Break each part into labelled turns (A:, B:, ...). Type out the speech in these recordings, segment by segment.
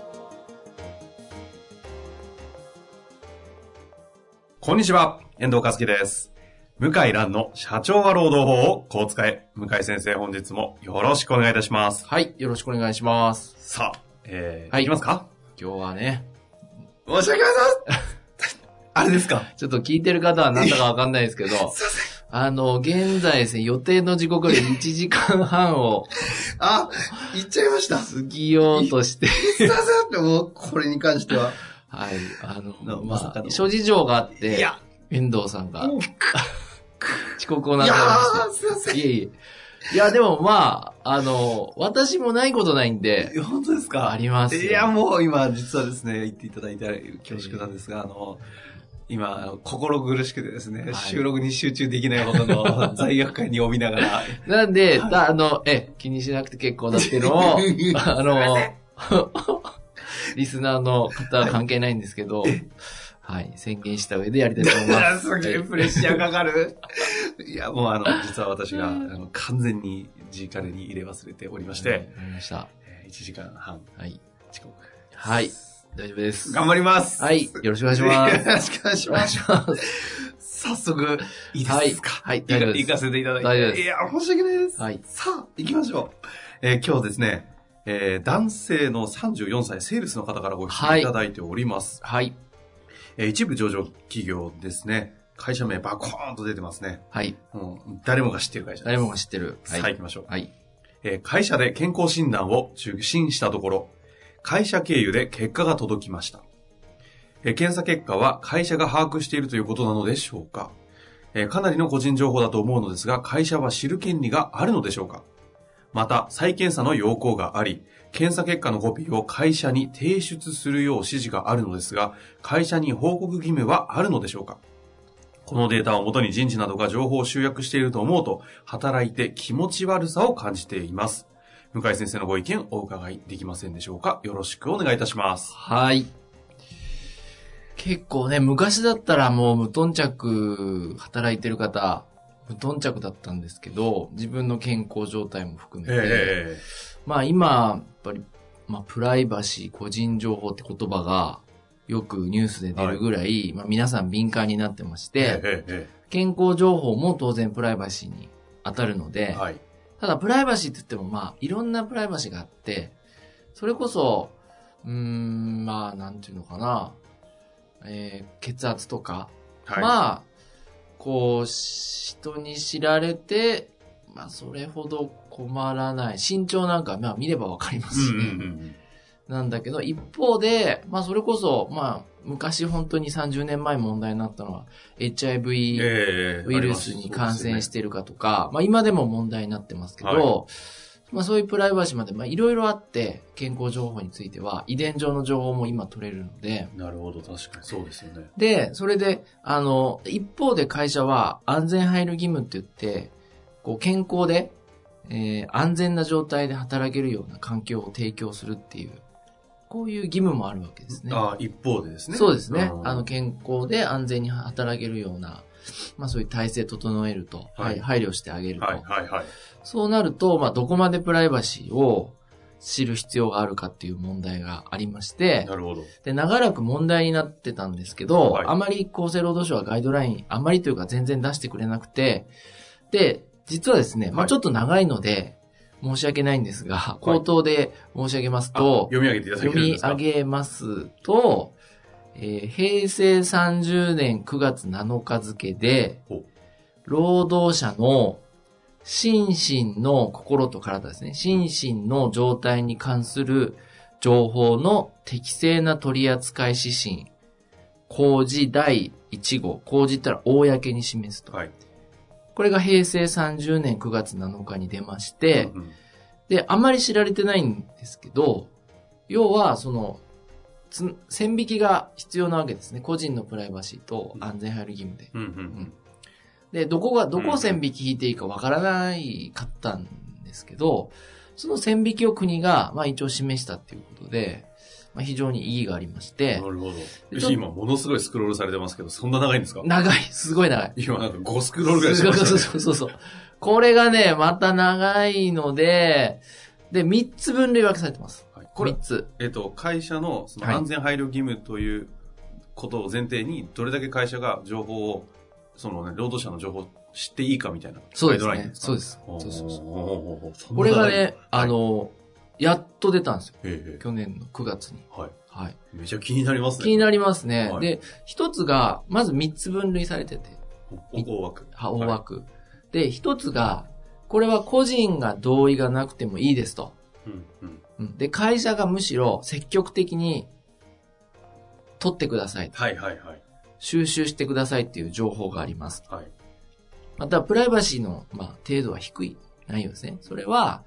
A: こんにちは、遠藤和樹です。向井蘭の社長は労働法をこう使え。向井先生、本日もよろしくお願いいたします。
B: はい、よろしくお願いします。
A: さあ、えー、
B: はい
A: いきますか
B: 今日はね、
A: 申し訳ありません あれですか
B: ちょっと聞いてる方は何だかわかんないですけど、あの、現在ですね、予定の時刻より1時間半を
C: あ、言っちゃいました。す
B: 過ぎようとして、
C: いません。もう、これに関して は。
B: はい、あ
A: な
B: の、
A: まさ
B: ま
A: か
B: あ
A: の、
B: 諸事情があって、
C: いや、
B: 遠藤さんが
C: うん
B: 遅刻を
C: い
B: な
C: や
B: さいま
C: ー、すいませ
B: し
C: ん。
B: て。いえいえ。いや、でもまあ、あの、私もないことないんで、
A: 本当ですか
B: ありますよ
A: いや、もう今、実はですね、言っていただいて恐縮なんですが、あの、今、あの心苦しくてですね、
B: はい
A: 収録に集中できないほど の罪悪感に帯びながら、
B: なんで、だあの、え、気にしなくて結構だっていう のを、あの、 リスナーの方は関係ないんですけど、はい、宣言した上でやりたいと思います。
A: すげえプレッシャーかかる。いや、もうあの、実は私が、あの、完全に G カレに入れ忘れておりまし
B: はいわ
A: て、
B: かりました。
A: えー1時間半
B: はい。
A: 遅刻。
B: はい。大丈夫です。
A: 頑張ります
B: はい。よろしくお願いし ます。
C: よろしくお願いし
B: お願
C: ま
B: い
C: す。
B: します。
A: 早速、いい
B: は
A: で
B: い。
A: すか、
B: はい。
A: 行か
B: 大丈夫で
A: 行
B: す。
A: かせていただいて。
B: 大丈夫です
A: いや、申し訳ないです。
B: はい。
A: さあ、行きましょう。えー今日ですね、えー男性の34歳、セールスの方からご質問いただいております。
B: はい。
A: えー一部上場企業ですね。会社名バコーンと出てますね。
B: はい。
A: もう誰もが知ってる会社です。
B: 誰もが知ってる。
A: さあ行きましょう。
B: はい。
A: えー会社で健康診断を受診したところ、会社経由で結果が届きました。えー検査結果は会社が把握しているということなのでしょうか、えーかなりの個人情報だと思うのですが、会社は知る権利があるのでしょうかまた、再検査の要項があり、検査結果のコピーを会社に提出するよう指示があるのですが、会社に報告義務はあるのでしょうかこのデータをもとに人事などが情報を集約していると思うと、働いて気持ち悪さを感じています。向井先生のご意見お伺いできませんでしょうかよろしくお願いいたします。
B: はい。結構ね、昔だったらもう無頓着働いてる方、無頓着だったんですけど、自分の健康状態も含めて、
A: え
B: まあ今、やっぱり、まあプライバシー、個人情報って言葉がよくニュースで出るぐらい、まあ皆さん敏感になってまし
A: え
B: て、
A: ええ
B: 健康情報も当然プライバシーに当たるので、
A: はい。
B: ただプライバシーって言ってもまあいろんなプライバシーがあって、それこそ、うーん、まあなんていうのかな、えー血圧とか、
A: はい。
B: まあ、こう、し人に知られて、まあそれほど困らない。身長なんか、まあ見ればわかりま
A: う
B: す
A: ん
B: し
A: う
B: ね、
A: んうん
B: なんだけど、一方で、まあそれこそ、まあ昔本当に30年前問題になったのは、
A: え
B: HIV、
A: え
B: ウイルスに感染してるかとか、まあ今でも問題になってますけど、
A: は
B: まあそういうプライバシーまで、まあいろいろあって、健康情報については、遺伝上の情報も今取れるので、
A: なるほど、確かに。そうですよね。
B: で、それで、あの、一方で会社は安全配慮義務って言って、こう健康で、えー安全な状態で働けるような環境を提供するっていう、こういう義務もあるわけですね。
A: ああ、一方でですね。
B: そうですね。
A: ん
B: あの、健康で安全に働けるような、まあそういう体制整えると、
A: は
B: はいい、配慮してあげると。
A: はいはいはい。
B: そうなると、まあどこまでプライバシーを知る必要があるかっていう問題がありまして、
A: なるほど。
B: で、長らく問題になってたんですけど、
A: はい
B: あまり厚生労働省はガイドライン、あまりというか全然出してくれなくて、で、実はですね、ま
A: は
B: あ
A: い
B: ちょっと長いので、申し訳ないんですが、
A: い
B: 口頭で申し上げます
A: あ
B: と、
A: 読み上げていただけ
B: 読
A: るん
B: み
A: ですか
B: 上げますと、えー平成30年9月7日付で
A: ほう、
B: 労働者の心身の心と体ですね、心身の状態に関する情報の適正な取り扱い指針、公示第1号、公示ったら公に示すと。
A: はい。
B: これが平成30年9月7日に出まして、
A: うんうん
B: で、あまり知られてないんですけど、要は、その、つ線引きが必要なわけですね。個人のプライバシーと安全配慮義務で。
A: うんうん
B: で、どこが、どこを線引き引いていいかわからないかったんですけど、その線引きを国が、まあ一応示したっていうことで、まあ非常に意義がありまし
A: うん。
B: て
A: な、るほど。今、ものすごいスクロールされてますけど、そんな長いんですか
B: 長い、すごい長い。
A: 今、なんか5スクロールぐらいしてました
B: そう
A: ね。
B: そうそうそう。これがね、また長いので、で、3つ分類分けされてます。
A: はいこれ
B: 3、つ。
A: えっと、会社のその
B: はい
A: 安全配慮義務ということを前提に、どれだけ会社が情報を、そのね、労働者の情報を知っていいかみたいな。
B: そうです
A: ガイドライン
B: ね。そうです。
A: お
B: そ
A: ー
B: うそうそう
A: おーおーおーそんな
B: これが
A: 長い
B: ね、あの、やっと出たんですよ。
A: ええ
B: 去年の9月に。
A: はい。
B: はい。
A: めちゃ気になりますね。
B: 気になりますね。
A: はい
B: で、一つが、まず3つ分類されてて、
A: お大枠。
B: は大枠。で、一つが、これは個人が同意がなくてもいいですと。
A: うんうん。
B: うんで、会社がむしろ積極的に取ってください。
A: はいはいはい。
B: 収集してくださいっていう情報があります。
A: はい。
B: また、プライバシーの、まあ、程度は低い内容ですね。それは、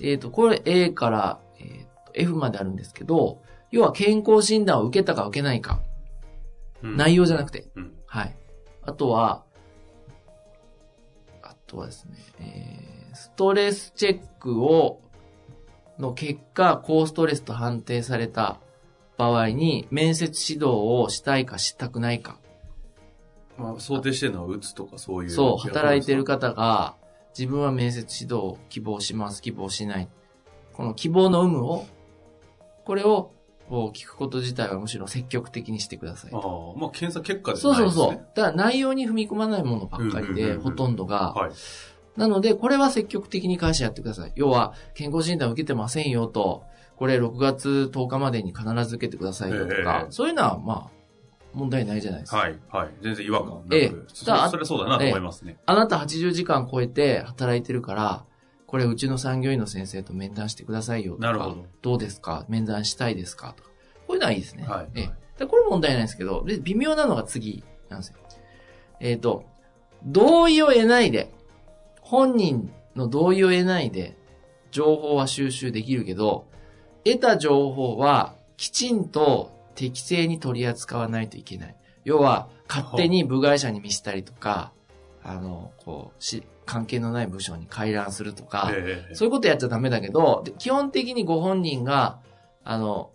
B: えっ、と、これ A から、えーと F まであるんですけど、要は健康診断を受けたか受けないか、
A: うん
B: 内容じゃなくて、
A: うん。
B: はい。あとは、あとはですね、えーストレスチェックを、の結果、高ストレスと判定された場合に、面接指導をしたいかしたくないか。
A: まあ、想定してるのは、打つとかそういう。
B: そう、働いてる。方が、自分は面接指導を希望します、希望しない。この希望の有無を、これを、こう聞くこと自体はむしろ積極的にしてください
A: ああ。、まあ、検査結果で
B: そう
A: ないで
B: そう
A: すね。
B: そう。だから内容に踏み込まないものばっかり
A: うんうんう
B: で、
A: んうん
B: ほとんどが。
A: はい。
B: なので、これは積極的に会社やってください。要は、健康診断受けてませんよと、これ6月10日までに必ず受けてくださいよとか
A: え、え
B: そういうのは、まあ、問題ないじゃないですか。
A: はい。はい。全然違和感なく。
B: ええ
A: そ
B: ただ
A: それはそうだなと思いますね。
B: あなた80時間超えて働いてるから、これうちの産業医の先生と面談してくださいよとか、
A: なるほど
B: うですか面談したいですかとか。こういうのはいいですね。
A: はい
B: ええだからこれ問題ないですけど、で微妙なのが次なんですよ。えっ、と、同意を得ないで、本人の同意を得ないで、情報は収集できるけど、得た情報はきちんと適正に取り扱わないといけない。要は、勝手に部外者に見せたりとか、あの、こう、し、関係のない部署に回覧するとか、
A: ええ
B: そういうことやっちゃダメだけど、で基本的にご本人が、あの、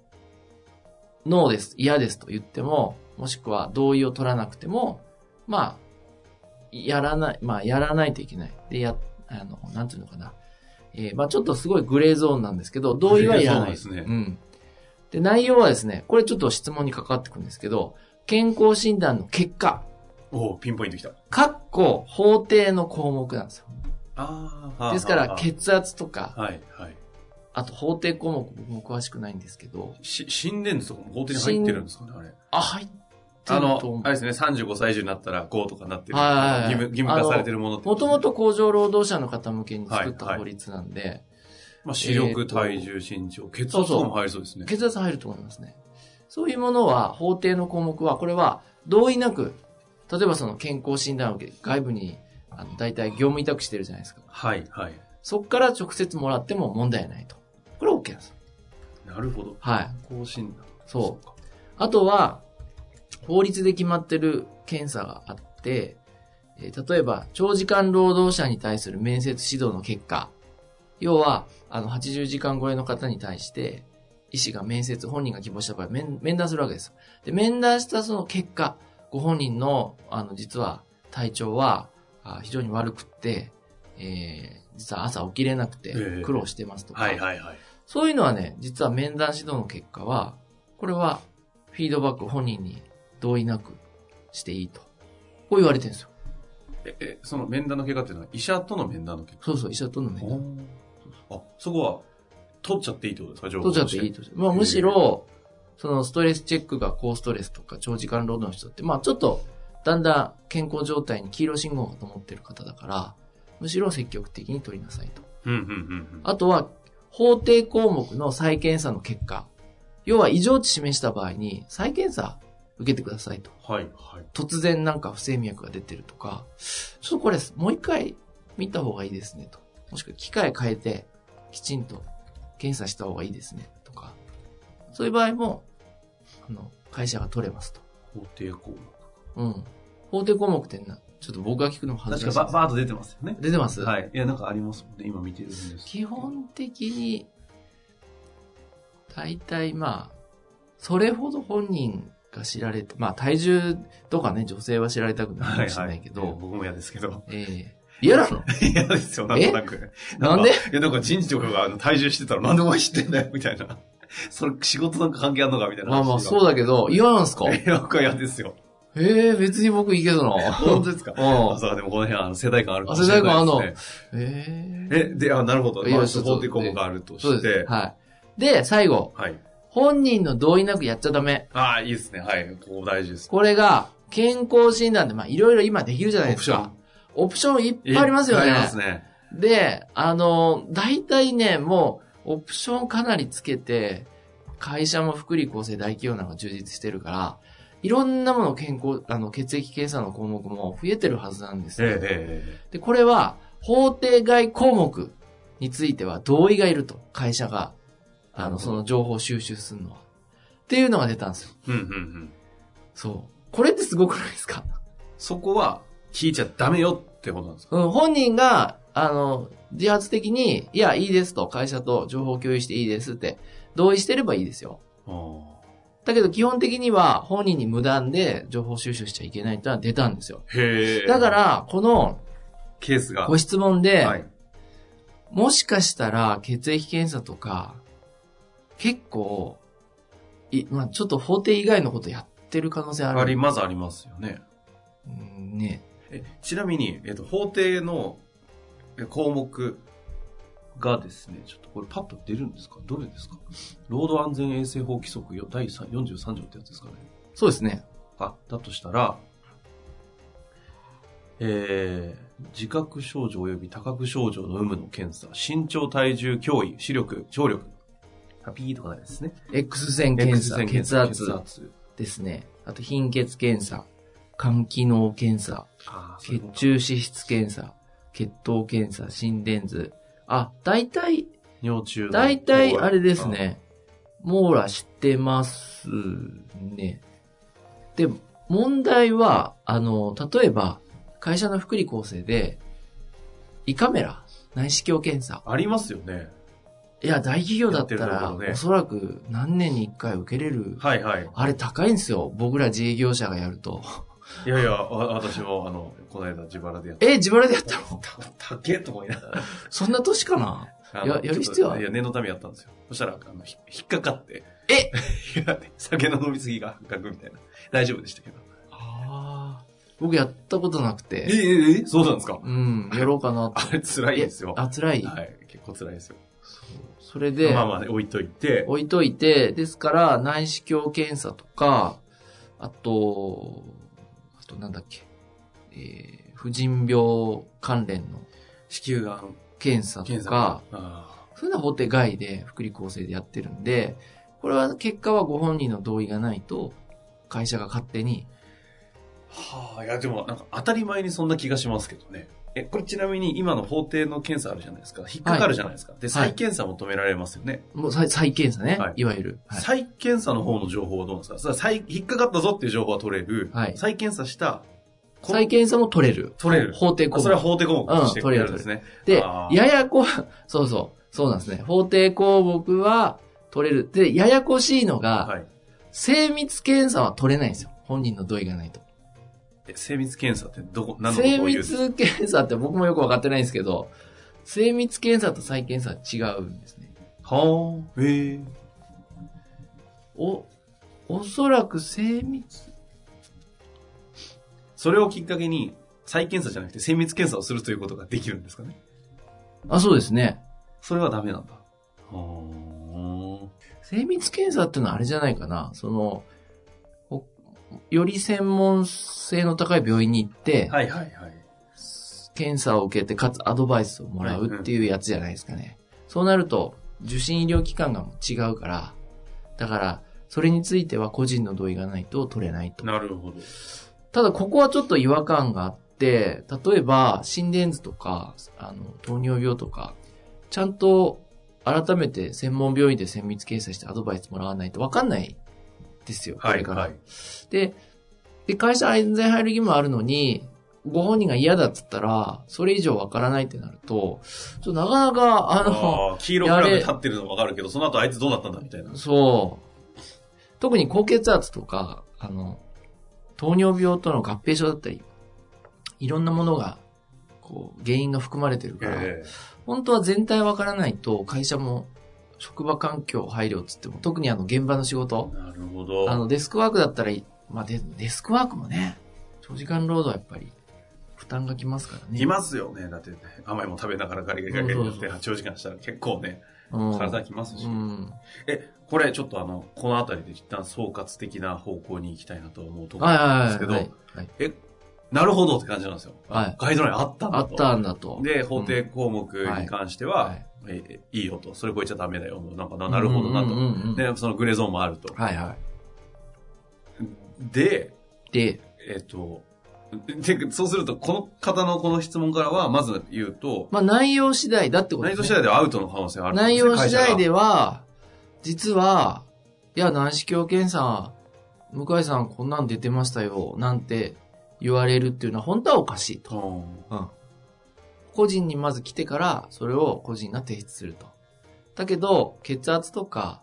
B: ノーです、嫌ですと言っても、もしくは同意を取らなくても、まあ、やらない、まあ、やらないといけない。で、や、あの、なんていうのかな。えーまあ、ちょっとすごいグレーゾーンなんですけど、同意はいらない。
A: グレーゾーンですね
B: うん。で、内容はですね、これちょっと質問に関わってくるんですけど、健康診断の結果、
A: おおピンポイントきた。
B: かっこ法定の項目なんですよ。
A: ああ。
B: ですか
A: は
B: ら、
A: あ
B: 血圧とか、
A: はい、はい。
B: あと法定項目僕も詳しくないんですけど、
A: し、心電図とかも法定に入ってるんですかね、あれ。
B: あ、入って
A: あ
B: ると
A: の
B: 思、
A: あれ
B: う。
A: ですね、35歳以上になったら5とかなってる。
B: はいはいはい
A: 義務、義務化されてるものってこ
B: も
A: とですね
B: もと工場労働者の方向けに作っ
A: はいは
B: た
A: い
B: 法律なんで、
A: まあ、視力、
B: えーと
A: 体重、身長、血圧とかも入りそうですね。
B: 血圧入ると思いますね。そういうものは、法定の項目は、これは同意なく、例えばその健康診断を受け、外部に、あの、大体業務委託してるじゃないですか。
A: はい、はい。
B: そこから直接もらっても問題ないと。これ OK なんですよ。
A: なるほど。
B: はい。
A: 更新だ。
B: そう
A: うか。
B: あとは、法律で決まってる検査があって、えー例えば、長時間労働者に対する面接指導の結果、要は、あの、80時間超えの方に対して、医師が面接、本人が希望した場合、面面談するわけですよ。で、面談したその結果、ご本人の、あの、実は、体調は、あ非常に悪くって、えー実は朝起きれなくて
A: ええ、
B: 苦労してますとか、
A: はい、はい、はい。
B: そういうのはね、実は面談指導の結果は、これはフィードバック本人に同意なくしていいと。こう言われてるんですよ。
A: え、え、その面談の結果っていうのは、医者との面談の結果
B: そうそう、医者との面談。
A: あ、そこは、取っちゃっていいってことですか、情報
B: 取っちゃってい
A: い。
B: いと。まあむしろ、そのストレスチェックが高ストレスとか長時間労働の人って、まあちょっとだんだん健康状態に黄色信号が灯ってる方だから、むしろ積極的に取りなさいと。
A: うん、うん、うん
B: あとは、法定項目の再検査の結果。要は異常値示した場合に再検査受けてくださいと。
A: うん。はい、はい。
B: 突然なんか不整脈が出てるとか、ちょっとこれもう一回見た方がいいですねと。もしくは機械変えてきちんと検査した方がいいですねとか。そういう場合も、あの、会社が取れますと。
A: 法定項目。
B: うん。法定項目ってな、ちょっと僕が聞くのも恥
A: 確
B: ずか
A: かば、
B: しいです。
A: ばーっと出てますよね。
B: 出てます
A: はい。いや、なんかありますもんね。今見てるんですけど。
B: 基本的に、大体まあ、それほど本人が知られて、まあ体重とかね、女性は知られたくないか
A: は
B: も
A: い
B: しれ
A: は
B: ない
A: い。
B: けど、
A: えー僕も嫌ですけど。
B: ええ嫌なの
A: 嫌ですよ、なんとなく。
B: なんで
A: かいや、なんか人事とかがあの体重してたらなんでお前知ってんだよ、みたいな。それ仕事なんか関係あんのか、みたいな
B: ま
A: 話
B: あ
A: が。
B: まあそうだけど、嫌なんすか
A: いや。なんか嫌ですよ。
B: ええ別に僕いいけどな。
A: 本当ですか。
B: う
A: あ、
B: ん。
A: そうか、でもこの辺はあの世代感あるかもしれないです、ね。
B: あ世代感あるのええ
A: え、で、あ、なるほど。
B: いや
A: まあ、
B: ちょっと
A: 法定項目があると
B: そう
A: し
B: です。
A: て。
B: はい。で、最後。
A: はい。
B: 本人の同意なくやっちゃダメ。
A: ああ、いいですね。はい。ここ大事です。
B: これが、健康診断で、まあいろいろ今できるじゃないですか。オプションいっぱいありますよ
A: い
B: ね。
A: っぱいありますね。
B: で、あの、大体ね、もう、オプションかなりつけて、会社も福利厚生大企業なんか充実してるから、いろんなもの健康、あの、血液検査の項目も増えてるはずなんです
A: ええ
B: よ、で、これは、法定外項目については同意がいると、会社が、あの、その情報収集するのは。っていうのが出たんですよ。
A: えええうんうんうん。
B: そう。これってすごくないですか
A: そこは聞いちゃダメよってことなんですか
B: うん、本人が、あの、自発的に、いや、いいですと、会社と情報共有していいですって、同意してればいいですよ。
A: ああ。
B: だけど基本的には本人に無断で情報収集しちゃいけないってのは出たんですよ。
A: へえ。
B: だか、ら、この
A: ケースが。
B: ご質問で、
A: はい。
B: もしかしたら血液検査とか、結構、い、まあちょっと法定以外のことやってる可能性ある。
A: あり、まずありますよね。
B: うんね。
A: え、ちなみに、えっと、法定のえ項目がですね、ちょっとこれパッと出るんですかどれですか労働安全衛生法規則よ第3 43条ってやつですかね。
B: そうですね。
A: あ、だとしたら、えー、自覚症状及び多覚症状の有無の検査、身長、体重、脅威、視力、聴力。ハピーとかないですね。
B: X 線検査、
A: X 線
B: 血圧
A: 血圧。
B: ですね。あと貧血検査、肝機能検査、
A: あー
B: 血中脂質検査、血糖検査、心電図。あ、大体、
A: 尿中の
B: 大体あれです。ね。網羅してますね。で、問題は、あの、例えば、会社の福利厚生で、胃カメラ、内視鏡検査。
A: あありますよね。
B: いや、大企業だった
A: やってると
B: ら、
A: ころね
B: おそらく何年に1回受けれる。
A: はいはい。
B: あれ高いんですよ。僕ら自営業者がやると。
A: いやいや、わ私も、あの、この間自腹でや った。
B: え、自腹でやったの
A: たけと思いなが
B: そんな年かな
A: ら。
B: いや
A: あの
B: やる必要
A: ちょ
B: は
A: っといや、念のためやったんですよ。そしたら、あの、ひ引っかかって。
B: え
A: いや酒の飲みすぎが発覚みたいな。大丈夫でしたけど。
B: ああ。僕やったことなく
A: え
B: て。
A: え、え、え、そうなんですか
B: うん、やろうかなと。
A: あれ辛いですよ。は
B: あ、辛い。
A: い。結構辛いですよ。
B: それで、
A: まあまあ、置いといて。
B: 置いといて、ですから、内視鏡検査とか、あと、あとなんだっけ、えー、婦人病関連の
A: 子宮がん
B: 検査と
A: 検査
B: か、。
A: あ
B: そういうのは法定外で、福利厚生でやってるんで、これは結果はご本人の同意がないと、会社が勝手に、
A: ーはあ、いや、でも、なんか当たり前にそんな気がしますけどね。え、これちなみに今の法定の検査あるじゃないですか。引っかかるじゃないですか。で、再検査も止められますよね。
B: もう再再検査ね、
A: はい
B: い、わゆる。はい
A: 再検査の方の情報はどうなんですかそれは再引っかかったぞっていう情報は取れる。
B: はい
A: 再検査した。こ
B: 再検査も取れる。
A: 取れる。
B: 法定項
A: それは
B: 目。
A: 法定項目として
B: うん取れ
A: や
B: る
A: るんですね。
B: で
A: あ、ー
B: ややこ、 そうそう、そうなんですね。法定項目は取れる。で、ややこしいのが、
A: はい。
B: 精密検査は取れないんですよ。本人の同意がないと。
A: え精密検査ってどこ、何のこと
B: 精
A: を言うんですか
B: 密検査って僕もよくわかってないんですけど、精密検査と再検査は違うんですね。
A: はあ。へえ。
B: お、おそらく精密、
A: それをきっかけに、再検査じゃなくて精密検査をするということができるんですかね
B: あ、そうですね。
A: それはダメなんだ。は
B: 精密検査ってのはあれじゃないかな。その、おより専門性の高い病院に行って、
A: はいはいはい。
B: 検査を受けて、かつアドバイスをもらうっていうやつじゃないですかね。そうなると、受診医療機関がもう違うから、だから、それについては個人の同意がないと取れないと。
A: なるほど。
B: ただ、ここはちょっと違和感があって、例えば、心電図とか、あの、糖尿病とか、ちゃんと改めて専門病院で精密検査してアドバイスもらわないと分かんないですよ、こ
A: は
B: れ
A: い、
B: から。
A: はい。
B: で、で、会社安全配慮義務あるのに、ご本人が嫌だっつったら、それ以上わからないってなると、ちょっとなかなか、あの、
A: ああ、黄色フラグ立ってるのわかるけど、その後あいつどうなったんだみたいな。
B: そう。特に高血圧とか、あの、糖尿病との合併症だったり、いろんなものが、こう、原因が含まれてるから、
A: え
B: 本当は全体わからないと、会社も、職場環境配慮っつっても、特にあの、現場の仕事、
A: えなるほど。
B: あの、デスクワークだったらいい、まあデ、デスクワークもね、長時間労働はやっぱり、負担がきますからね。
A: いますよね。だってね、甘いもん食べながらガリガリガリガリやって8、4時間したら結構ね、
B: うん、
A: 体きますし
B: う。ん。
A: え、これちょっとあの、このあたりで一旦総括的な方向に行きたいなと思うところ
B: はい
A: なん
B: は
A: です
B: い
A: け
B: はい。は
A: ど
B: い、はい、
A: なるほどって感じなんですよ。
B: はい
A: ガイドラインあったんだ
B: あ
A: と
B: ったんだと。
A: で、法定項目に関しては、
B: はい
A: えいいよと。それ超えちゃダメだよ。なんかな、なるほどなと。
B: うんうんうんうん
A: で、そのグレーゾーンもあると。
B: はいは
A: で、
B: い。で、
A: えっと、でそうすると、この方のこの質問からは、まず言うと、
B: まあ内容次第だってこと
A: 内
B: です、
A: 容
B: ね。
A: 次第ではアウトの可能性がある
B: 内容次第
A: は。
B: では、実は、いや、軟式教検査、向井さんこんなん出てましたよ、なんて言われるっていうのは本当はおかしいと。
A: うん
B: うん。個人にまず来てから、それを個人が提出すると。だけど、血圧とか、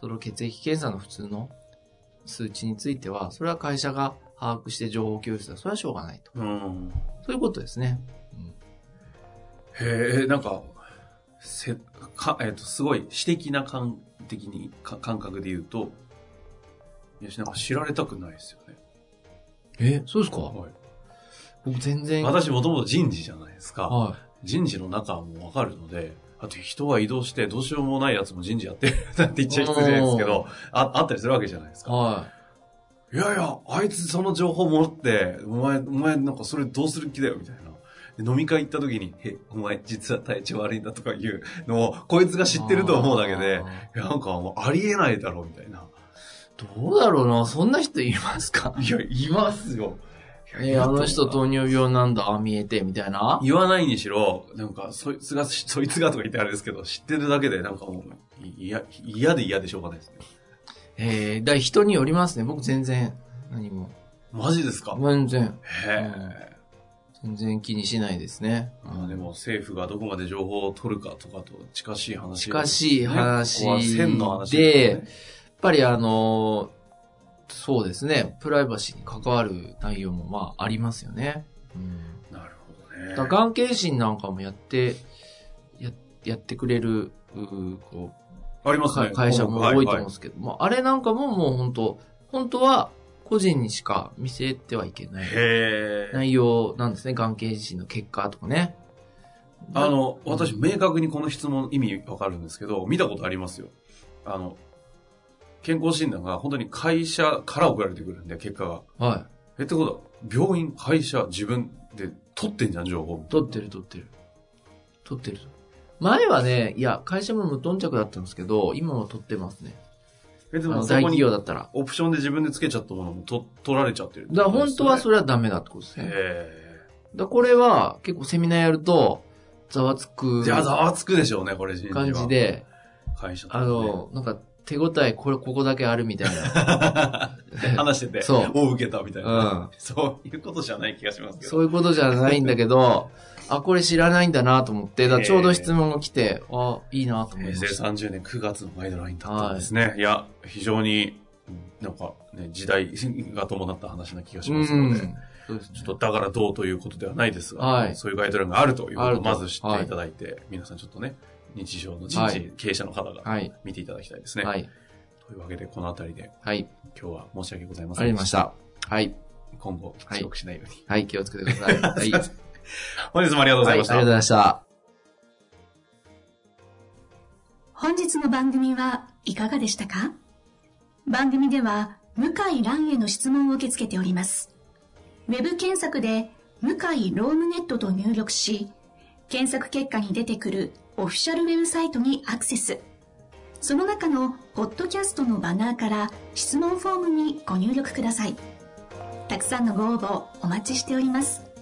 B: その血液検査の普通の数値については、それは会社が把握して情報共有する。それはしょうがないと。
A: うん。
B: そういうことですね。
A: へえ、なんか、せ、か、えっ、と、すごい、私的な感的に、か感覚で言うと、いや、なんか知られたくないですよね。
B: え、そうですか
A: はい
B: 僕全然。
A: 私もともと人事じゃないですか。
B: は
A: 人事の中はもうわかるので、あと人は移動してどうしようもないやつも人事やってるなんて言っちゃ失礼ですけど、ああったりするわけじゃないです
B: い。
A: か。
B: はい
A: やいや、あいつその情報持って、お前、お前なんかそれどうする気だよ、みたいな。で飲み会行った時に、え、お前実は体調悪いんだとかいうのを、こいつが
B: い。
A: 知ってると思うだけで
B: あ、ー。
A: いやなんかもうありえないだろ、うみたいな。
B: どうだろうな、そんな人いますか
A: いや、いますよ。い
B: え
A: や
B: あの人
A: いると思う
B: 糖尿病なんだ、あ、見えて、みたいな。
A: 言わないにしろ、なんか、そいつが、そいつがとか言ってあれですけど、知ってるだけで、なんかもう、いや、嫌で嫌でしょうがないですね。
B: えー、だから人によりますね。僕全然、何も。
A: マジですか
B: 全然、
A: へえ。
B: 全然気にしないですね。
A: まあでも、政府がどこまで情報を取るかとかと近しい話、
B: 近しい話
A: ここは線の話
B: で、
A: で
B: やっぱりあのーそうですね、プライバシーに関わる内容もまあありますよね。うん
A: すね。なるほどね。
B: だからがん検診なんかもやって、ややってくれる、うーこ
A: ありま
B: う
A: すね。
B: か会社も多いと思うん
A: は
B: ですけど、まあ、あれなんかももう本当本当は個人にしか見せてはいけない
A: いはいへえ。
B: 内容なんですね、がん検診の結果とかね。
A: あの、私、明確にこの質問意味わかるんですけど、見たことありますよ。あの、健康診断が本当に会社から送られてくるんで、結果が。
B: はい。
A: え、ってことは、病院、会社、自分で取ってんじゃん、情報。
B: 撮ってる撮ってる。撮ってる。前はね、いや、会社も無頓着だったんですけど、今も撮ってますね。
A: え、で
B: あの
A: もそ
B: 大
A: こ
B: 企
A: に
B: 業だったら。
A: オプションで自分でつけちゃったものもと取られちゃってる。
B: だから本当はそ
A: れ。
B: れはダメだってことですね。だか
A: え
B: らこれは結構セミナーやると、ざわつ
A: え
B: く
A: いや、ざわつくでしょうね、これ、人事は
B: 感じ。で、
A: 会社とか
B: あ
A: ね
B: の、なんか手応え、これ、ここだけあるみた いな。
A: 話してて、
B: そう
A: お受けたみたいな、
B: うん。
A: そういうことじゃない気がしますけど。
B: そういうことじゃないんだけど、あ、これ知らないんだなと思って、だからちょうど質問が来て、あ、いいなと思い
A: 平
B: ま
A: 成
B: した。
A: 30年9月のガイドラインだったんですね。い、や、非常に、なんか、ね、時代が伴った話な気がしますので、
B: うんそうですね
A: ちょっとだからどうということではないですが、
B: はい
A: そういうガイドラインがあるというこ
B: あ
A: と
B: る
A: を
B: と
A: まず知っていただいて、皆さんちょっとね、日常の人
B: は
A: 事
B: い
A: 経営者の方が
B: はい。
A: 見ていただきたいですね。
B: はい。
A: というわけで、このあたりで
B: はい。
A: 今日は申し訳ございませ
B: あ
A: ん
B: り
A: で
B: ました。はい。
A: た。今後、
B: はい
A: 遅刻しないように。
B: はい、気をつけてくださ い。はい。はい
A: 本日もありがとうござ
B: あ
A: いま
B: りが
A: し
B: と
A: た。
B: うございました。
D: 本日の番組はいかがでしたか番組では向井蘭への質問を受け付けております。ウェブ検索で向井ロームネットと入力し、検索結果に出てくるオフィシャルウェブサイトにアクセス。その中のポッドキャストのバナーから質問フォームにご入力ください。たくさんのご応募お待ちしております。